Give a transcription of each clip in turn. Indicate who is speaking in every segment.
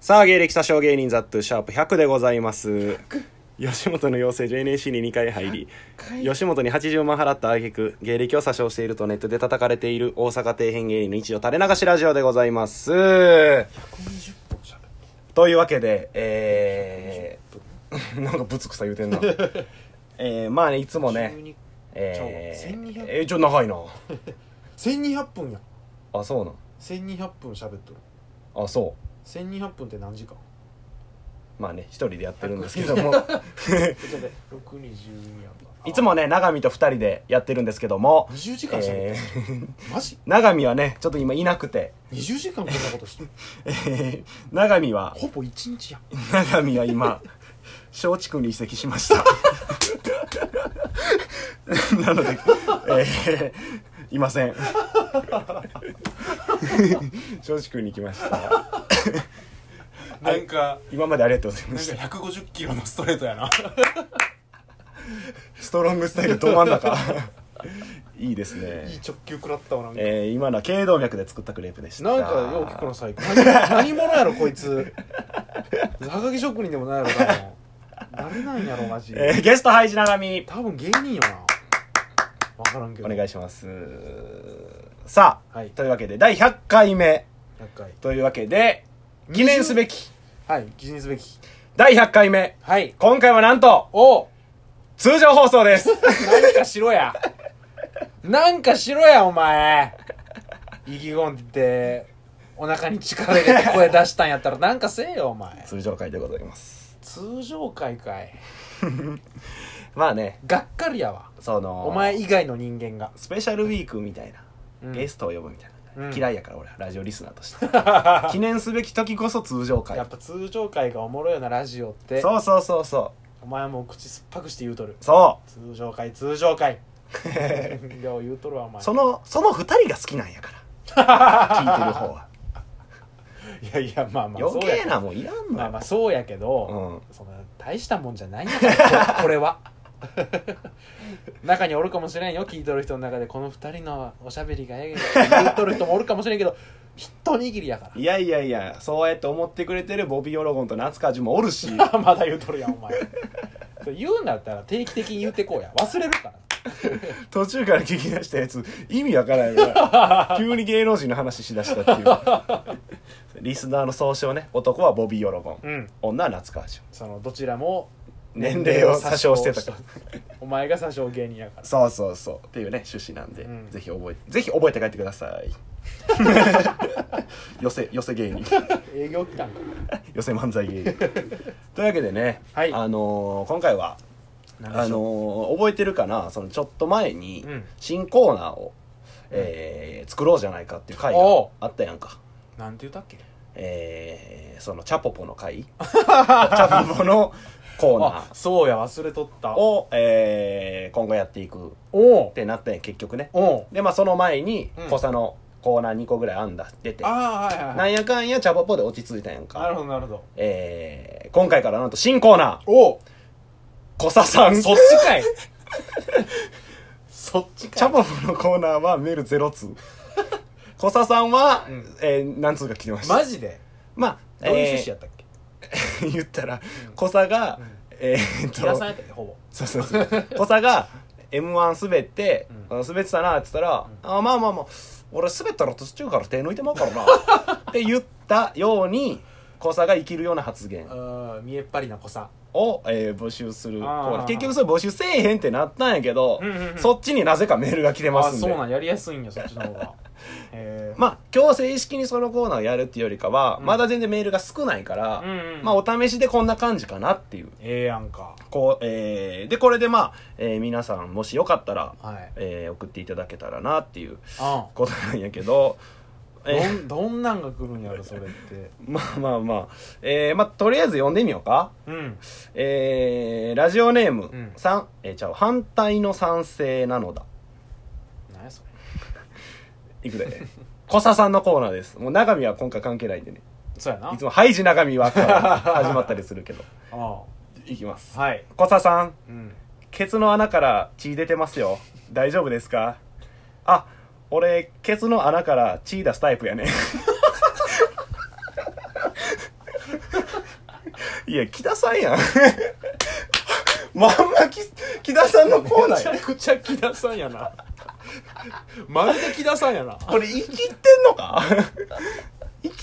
Speaker 1: さあ芸歴詐称芸人ザットゥシャープ100でございます吉本の養成所 NAC に2回入り吉本に80万払った挙句芸歴を詐称しているとネットで叩かれている大阪底辺芸人の一応垂れ流しラジオでございますというわけでえー、 なんかぶつくさ言うてんなえー、まあねいつも
Speaker 2: 急
Speaker 1: ね
Speaker 2: に
Speaker 1: え
Speaker 2: ちゃうわ
Speaker 1: ー
Speaker 2: 1200、
Speaker 1: えー、ちょ長いな
Speaker 2: 1200分や
Speaker 1: あそうなん
Speaker 2: 1200分喋っとる
Speaker 1: あそ
Speaker 2: 1200分って何時間
Speaker 1: うまあね一人でやってるんですけども
Speaker 2: ちょっと待って6に12やんか
Speaker 1: いつもね永見と二人でやってるんですけども
Speaker 2: 20時間喋ってる、マジ
Speaker 1: 永見はねちょっと今いなくて、
Speaker 2: 20時間こんなことしてる
Speaker 1: えー、永見は
Speaker 2: ほぼ1日やん
Speaker 1: 永見は 今松竹に移籍しました なので、えー、いま せん松竹に行きました
Speaker 3: なんか、
Speaker 1: 今までありがとうございま
Speaker 3: なんか
Speaker 1: した
Speaker 3: 150キロのストレートやな。
Speaker 1: ストロングスタイルど真ん 中いいですね
Speaker 2: いい直球食らったわなんか、
Speaker 1: えー、今のは頸動脈で作ったクレープでした
Speaker 2: なんかよう聞くの最高何何者やろこいつはがき職人でもないやろな誰なんやろマジ、
Speaker 1: えー、ゲストハイジ永見
Speaker 2: 多分芸人よな分からんけど
Speaker 1: お願いしますさあ、
Speaker 2: はい
Speaker 1: というわけで第100回目
Speaker 2: 100回
Speaker 1: というわけで記念すべき
Speaker 2: はい記念すべき
Speaker 1: 第100回目
Speaker 2: はい
Speaker 1: 今回はなんと
Speaker 2: お
Speaker 1: 通常放送です
Speaker 2: なんかしろやなんかしろやお前意気込んでお腹に力入れて声出したんやったらなんかせえよお前
Speaker 1: 通常回でございます
Speaker 2: 通常会かい
Speaker 1: まあね
Speaker 2: がっかりやわ
Speaker 1: その
Speaker 2: お前以外の人間が、
Speaker 1: スペシャルウィークみたいな、
Speaker 2: うん
Speaker 1: ゲストを呼ぶみたいな、
Speaker 2: うん
Speaker 1: 嫌いやから俺ラジオリスナーとして 記念すべき時こそ通常回
Speaker 2: やっぱ通常会がおもろいよなラジオって
Speaker 1: そうそうそうそ
Speaker 2: お前もう口酸っぱくして言うとる
Speaker 1: うそ
Speaker 2: 通常会通 常会よう言うとるわお
Speaker 1: う
Speaker 2: 前
Speaker 1: そのその2人が好きなんやから 聞いてる方は、
Speaker 2: いやいやまあまあそう
Speaker 1: 余計
Speaker 2: や
Speaker 1: なもんいらんのよ、
Speaker 2: まあまあそうやけど、
Speaker 1: うん
Speaker 2: その大したもんじゃないんだ からここれは 中におるかもしれんよ聞いとる人の中でこの二人のおしゃべりがええって言うとる人もおるかもしれんけど 一握りやか
Speaker 1: いやいやいや、そうやって思ってくれてるボビー・オロゴンと夏川淳もおるし、
Speaker 2: ら まだ言うとるやん お前それ言うんだったら定期的に言うてこうや忘れるから
Speaker 1: 途中から聞き出したやつ、意味わからんよな。急に芸能人の話しだしたっていう。リスナーの総称ね、男はボビー・オロゴン、
Speaker 2: うん
Speaker 1: 女は夏川淳。
Speaker 2: そのどちらも
Speaker 1: 年齢を詐称してたから。
Speaker 2: お前が詐称芸人や から
Speaker 1: そうそうそう。っていうね、趣旨なんで、
Speaker 2: うん
Speaker 1: ぜひ覚えて、ぜひ覚えて帰ってください。 寄せ、寄せ芸人。
Speaker 2: 営業期間か
Speaker 1: 寄せ漫才芸人。というわけでね、
Speaker 2: はい
Speaker 1: あのー今回は、あのー覚えてるかなそのちょっと前に
Speaker 2: うん
Speaker 1: 新コーナーを、えー作ろうじゃないかっていう回が
Speaker 2: おう
Speaker 1: あったやんか、
Speaker 2: なんて言ったっけ
Speaker 1: えーそのチャポポの 回チャポポのコーナ
Speaker 2: あそうや忘れとった
Speaker 1: ーを、えー今後やっていくっ
Speaker 2: おう
Speaker 1: てなったんや結局ね
Speaker 2: おう
Speaker 1: でまあその前に
Speaker 2: うん
Speaker 1: 小佐のコーナー2個ぐらいあんだ出て、
Speaker 2: ああはいはい
Speaker 1: なんやかんやチャポポで落ち着いたやん
Speaker 2: なる
Speaker 1: か
Speaker 2: ほどなるほど
Speaker 1: えー今回からなんと新コーナー
Speaker 2: おう
Speaker 1: 小佐さんチ
Speaker 2: そっちかいそっち
Speaker 1: ャポポのコーナーはメールゼロ 通小佐さんは、
Speaker 2: うん
Speaker 1: えー何通か来てました
Speaker 2: マジで
Speaker 1: まあ、
Speaker 2: どういう趣旨やったっけ
Speaker 1: えー 言ったら、コサが、
Speaker 2: うん
Speaker 1: えーっ
Speaker 2: 木田
Speaker 1: と
Speaker 2: さん、やったっけほぼ
Speaker 1: そうそうそう、コサが、M1 滑って
Speaker 2: うん、
Speaker 1: あの滑ってたなって言ったら、あまあまあまあ、俺滑ったら途中から手抜いてまうから な、って言ったように、コサが生きるような発言
Speaker 2: あー見えっ張りな子さ
Speaker 1: を、えー募集するコーナー
Speaker 2: あー
Speaker 1: 結局それ募集せえへんってなったんやけど、
Speaker 2: うんうんうん
Speaker 1: そっちになぜかメールが来て
Speaker 2: あ
Speaker 1: ますん
Speaker 2: そ
Speaker 1: で
Speaker 2: う。なんやりやすいんやそっちの 方がへえ
Speaker 1: まあ、今日正式にそのコーナーをやるっていうよりかは、
Speaker 2: うん
Speaker 1: まだ全然メールが少ないから、
Speaker 2: うんうん
Speaker 1: まあ、お試しでこんな感じかなっていう。
Speaker 2: ええやんか
Speaker 1: こう、えーで、これでまあ、えー皆さんもしよかったら、
Speaker 2: はい
Speaker 1: えー送っていただけたらなっていう
Speaker 2: あ
Speaker 1: ことなんやけど、
Speaker 2: ん
Speaker 1: え
Speaker 2: ど
Speaker 1: ー
Speaker 2: んどんなんが来るんやろそれって
Speaker 1: まあまあまあ、えーまあ、とりあえず読んでみようか。
Speaker 2: うん
Speaker 1: えーラジオネーム、
Speaker 2: うん
Speaker 1: さん、えー、ちゃう、反対の賛成なのだ。
Speaker 2: 何やそれ
Speaker 1: いくで。 小佐さんのコーナーです。もう中身は今回関係ないんでね。
Speaker 2: そうやない
Speaker 1: つも、ハイジ中身はから始まったりするけど。
Speaker 2: あ
Speaker 1: いきます
Speaker 2: あ。はい
Speaker 1: 小佐さん、
Speaker 2: うん
Speaker 1: ケツの穴から血出てますよ大丈夫ですかあ俺ケツの穴から血出すタイプやね いや、木田さんやん。
Speaker 4: まんまき木田さんのコーナ
Speaker 2: めち
Speaker 4: ー
Speaker 2: ゃ
Speaker 4: や
Speaker 2: くちゃ木田さん やなまるで木田さんやな
Speaker 4: これ生きってんのか生き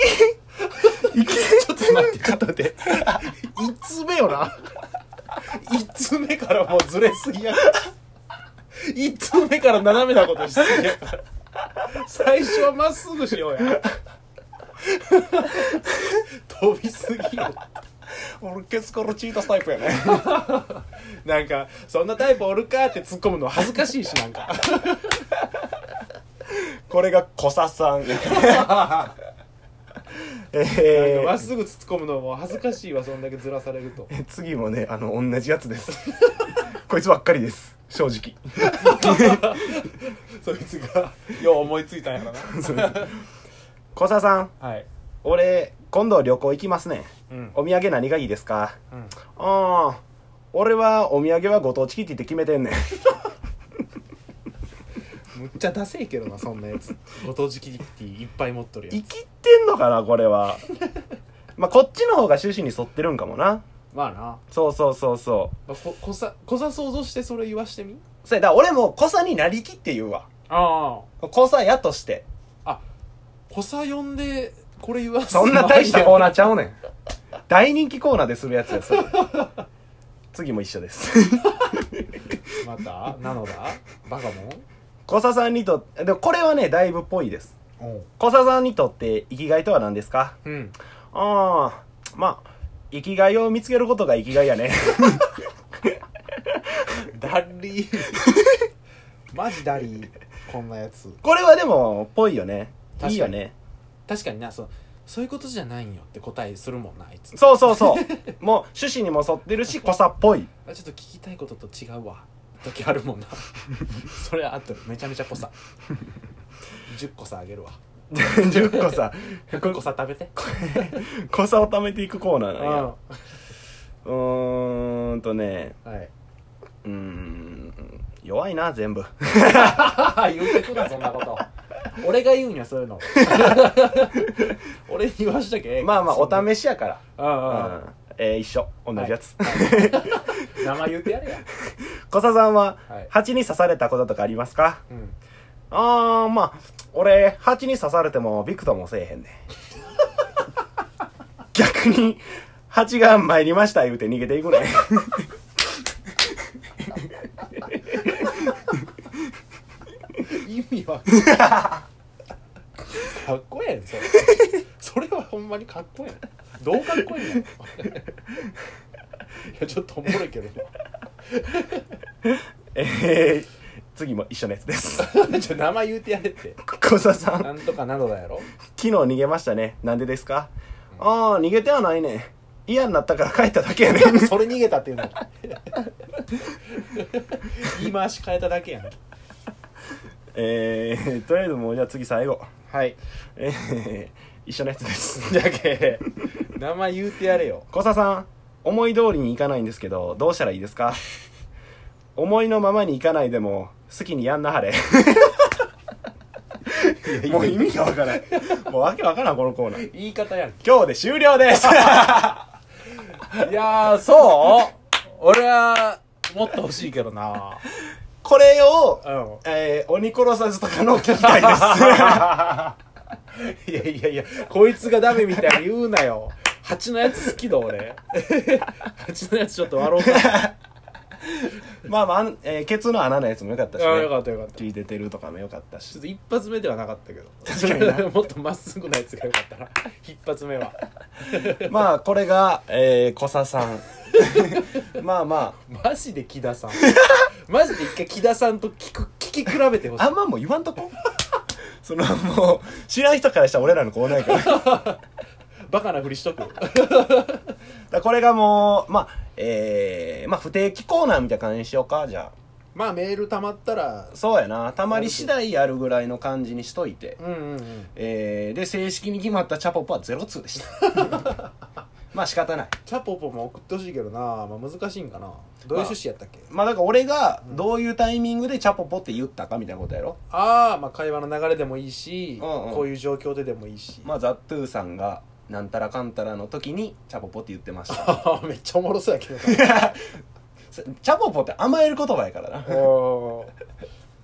Speaker 4: 生きちょっと待って
Speaker 1: 片 手。
Speaker 2: 一通目よな一通目からもうずれすぎやから一通目から斜めなことしすぎやから最初はまっすぐしようや飛びすぎよ
Speaker 4: 俺ケツからチータスタイプやね
Speaker 2: なんかそんなタイプおるかって突っ込むの恥ずかしいしなんか
Speaker 4: これがコサさんえ
Speaker 2: まっ
Speaker 4: ー、
Speaker 2: すぐ突っ込むのも恥ずかしいわそんだけずらされると
Speaker 4: え次もねあの同じやつですこいつばっかりです正直
Speaker 2: そいつが
Speaker 3: よう思いついたんやろな
Speaker 1: 小沢さん、
Speaker 3: はい
Speaker 1: 俺、今度旅行行きますね。
Speaker 3: うん
Speaker 1: お土産何がいいですか
Speaker 3: うん
Speaker 1: ああ、俺はお土産はご当地キティって決めてんねん。
Speaker 2: むっちゃダセいけどなそんなやつご当地キティいっぱい持っとるや
Speaker 1: 生
Speaker 2: つ
Speaker 1: きってんのかな、これは。まあ、こっちの方が趣旨に沿ってるんかもな。
Speaker 2: まあな
Speaker 1: そうそうそうそう。
Speaker 2: まあここさこさ想像してそれ言わしてみ
Speaker 1: それだ、俺も小さになりきって言うわ。
Speaker 2: あ
Speaker 1: 小さやとして。
Speaker 2: ああこさ呼んでこれ言わす
Speaker 1: そんな大したコーナーちゃうねん。大人気コーナーでするやつや、そ れ。次も一緒です。
Speaker 2: またなのだバカモン
Speaker 1: 小佐さんにとって、でもこれはね、だいぶっぽいです。
Speaker 2: おう
Speaker 1: 小佐さんにとって生きがいとは何ですか
Speaker 2: うん
Speaker 1: ああ、まあ、生きがいを見つけることが生きがいやね。
Speaker 2: ダリーマジダリーこんなやつ
Speaker 1: これはでも、ぽいよね。
Speaker 2: 確か
Speaker 1: い
Speaker 2: に
Speaker 1: いよね。
Speaker 2: 確かになそうそういうことじゃないんよって答えするもんなあいつ
Speaker 1: そうそうそう。もう、趣旨にも沿ってるし、小佐っぽい。
Speaker 2: あちょっと聞きたいことと違うわ時ある もんなそれあっためちゃめちゃ濃さ10個さあげるわ
Speaker 1: 10個 さ、
Speaker 2: 100個さ食べて
Speaker 1: 小佐を貯めていくコーナー
Speaker 2: う
Speaker 1: なんんや。うーんとね、
Speaker 2: はい
Speaker 1: うーん、弱いな、全部。
Speaker 2: 言うてくなそんな こと俺が言うんやそういう の俺に言わしたけ
Speaker 1: まあまあ、お
Speaker 2: し
Speaker 1: 試しやから。
Speaker 2: うんうん
Speaker 1: えー一緒。同じやつ。
Speaker 2: 名前言うてやれや
Speaker 1: 小佐さんは
Speaker 2: はい、
Speaker 1: 蜂に刺されたこととかありますか
Speaker 2: うん
Speaker 1: あー、まあ、俺、蜂に刺されてもびくともせえへんね。 逆に、蜂が参りました言うて逃げていくね。
Speaker 2: 意味わかんないかっこええんそれそれはほんまにかっこええんどうかっこええんやろいやちょっとおもろいけどな
Speaker 1: えー、次も一緒のやつです。
Speaker 2: じゃ名前言うてやれって
Speaker 1: 小沢さん、
Speaker 2: なんとかなどだやろ
Speaker 1: 昨日逃げましたね。なんでですかあー、逃げてはないね。嫌になったから帰っただけやね。
Speaker 2: それ逃げたっていうの言い回し変えただけやん
Speaker 1: えー、とりあえずもうじゃあ次最後。
Speaker 2: はい
Speaker 1: えー、一緒のやつです。
Speaker 2: じゃけ名前言うてやれよ
Speaker 1: 小佐さん思い通りにいかないんですけどどうしたらいいですか思いのままにいかないでも好きにやんなはれもう意味がわからないもうわけわからんこのコーナー
Speaker 2: 言い方やん
Speaker 1: 今日で終了です
Speaker 2: いやーそう俺はもっと欲しいけどな
Speaker 1: これを、
Speaker 2: うん
Speaker 1: えー、鬼殺さずとかの聞きたい です
Speaker 2: いやいやいや、こいつがダメみたいに言うなよ。蜂のやつ好きだ 俺。蜂のやつちょっと笑おうかな。あ
Speaker 1: まあまああん、えーケツの穴のやつもよかったし、ね、
Speaker 2: あ、よかったよか った。ち
Speaker 1: 聞いててるとかもよかったし
Speaker 2: ょっと一発目ではなかったけど。
Speaker 1: 確かに
Speaker 2: もっとまっすぐなやつがよかったな。一発目は。
Speaker 1: まあこれが、えー、小佐さん まあま
Speaker 2: マジで木田 さん。マジで一回木田さんと聞く、聞き比べてほし
Speaker 1: ああんまもう言わんとこ そのもう知らん人からしたら俺らのコーナーやから
Speaker 2: い。バカなふりしとく。
Speaker 1: だからこれがもう、まあ、えー、まあ不定期コーナーみたいな感じにしようか、じゃあ。
Speaker 2: まあメール溜まったら、
Speaker 1: そうやな。たまり次第やるぐらいの感じにしといて。
Speaker 2: うんうんうん。
Speaker 1: えー、で、正式に決まったチャポポは02でした。 まあ仕方ない。
Speaker 2: チャポポも送ってほしいけどな。まあ難しいんかな。どういう趣旨やったっけ、
Speaker 1: まあだから俺がどういうタイミングでチャポポって言ったかみたいなことやろ。
Speaker 2: ああ、まあ会話の流れでもいいし、
Speaker 1: うんうん
Speaker 2: こういう状況ででもいいし。
Speaker 1: まあザ・トゥーさんがなんたらかんたらの時にチャポポって言ってました
Speaker 2: あ ーめっちゃおもろそうやけどな
Speaker 1: チャポポって甘える言葉やからな
Speaker 2: お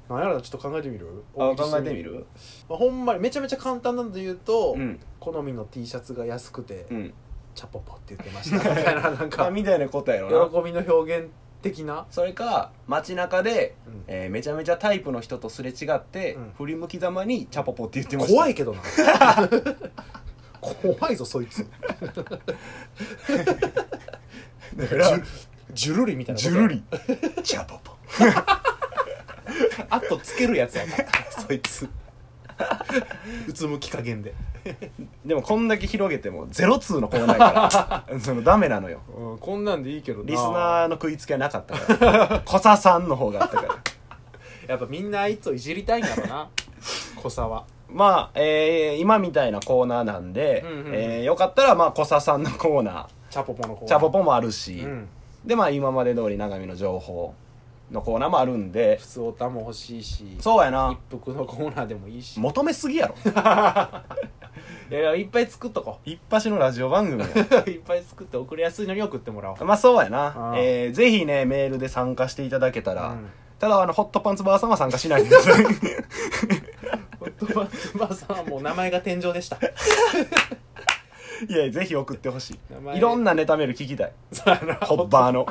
Speaker 2: ーなんやろなちょっと考えてみる
Speaker 1: あ考えてみる
Speaker 2: まあほんまにめちゃめちゃ簡単なので言うと、
Speaker 1: うん
Speaker 2: 好みの T シャツが安くて、
Speaker 1: うん
Speaker 2: チャポポって言ってましたみたいな なん
Speaker 1: あ
Speaker 2: か
Speaker 1: みたいなことやろな
Speaker 2: 喜びの表現的な、
Speaker 1: それか街中で、
Speaker 2: うん
Speaker 1: えーめちゃめちゃタイプの人とすれ違って、
Speaker 2: うん
Speaker 1: 振り向きざまにチャポポって言ってました
Speaker 2: 怖いけどな 怖いぞそいつ
Speaker 1: だから
Speaker 2: ジュルリみたいな
Speaker 1: ジュルリチャポ ポ
Speaker 2: あとつけるやつやからそいつうつむき加減で
Speaker 1: でもこんだけ広げてもゼロ通のコーナーやから そのダメなのよ
Speaker 2: うんこんなんでいいけどな
Speaker 1: リスナーの食いつきはなかった から小佐さんの方があったから
Speaker 2: やっぱみんなあいつをいじりたいんだろ うな小沢
Speaker 1: まあ、えー今みたいなコーナーなんで、
Speaker 2: うんうんうん
Speaker 1: えーよかったら、まあ、小佐さんのコーナ
Speaker 2: チャポポの方
Speaker 1: ー、チャポポもあるし、
Speaker 2: うん
Speaker 1: で、まあ、今まで通り長見の情報のコーナーもあるんで
Speaker 2: 普、通オタも欲しいし
Speaker 1: そうやな
Speaker 2: 一、服のコーナーでもいいし
Speaker 1: 求めす ぎやろ。
Speaker 2: いやいやいっぱい作っとこ
Speaker 1: 一発のラジオ番組や。
Speaker 2: う いっぱい作って送りやすいのに送ってもらお う
Speaker 1: まあ、そうや
Speaker 2: あ
Speaker 1: な。
Speaker 2: ー
Speaker 1: えーぜひね、メールで参加していただけたら、
Speaker 2: うん
Speaker 1: ただ、あの、ホットパンツバーさんは参加しないでく ださい。
Speaker 2: ホットバーバーさんはもう名前が天井 でした
Speaker 1: いや、ぜひ送ってほし
Speaker 2: 名前
Speaker 1: い。いろんなネタメール聞きたい。
Speaker 2: そうやな
Speaker 1: ホッバー の。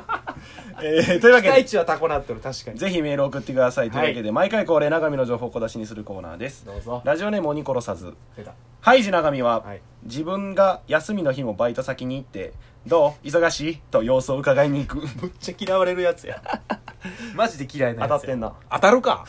Speaker 1: えーというわ
Speaker 2: 期
Speaker 1: け
Speaker 2: 待
Speaker 1: で、
Speaker 2: 値はタコなってる確かに
Speaker 1: ぜひメール送ってください。というわけで、毎回恒例長見の情報を小出しにするコーナーです。
Speaker 2: どうぞ
Speaker 1: ラジオネーム鬼殺さず。
Speaker 2: 出た
Speaker 1: ハイジ長見は、
Speaker 2: はい
Speaker 1: 自分が休みの日もバイト先に行って、どう忙しいと様子を 伺いに行く。
Speaker 2: めっちゃ嫌われるやつやマジで嫌いな
Speaker 1: 当
Speaker 2: やつ
Speaker 1: たって
Speaker 2: や
Speaker 1: んな。
Speaker 2: 当たるか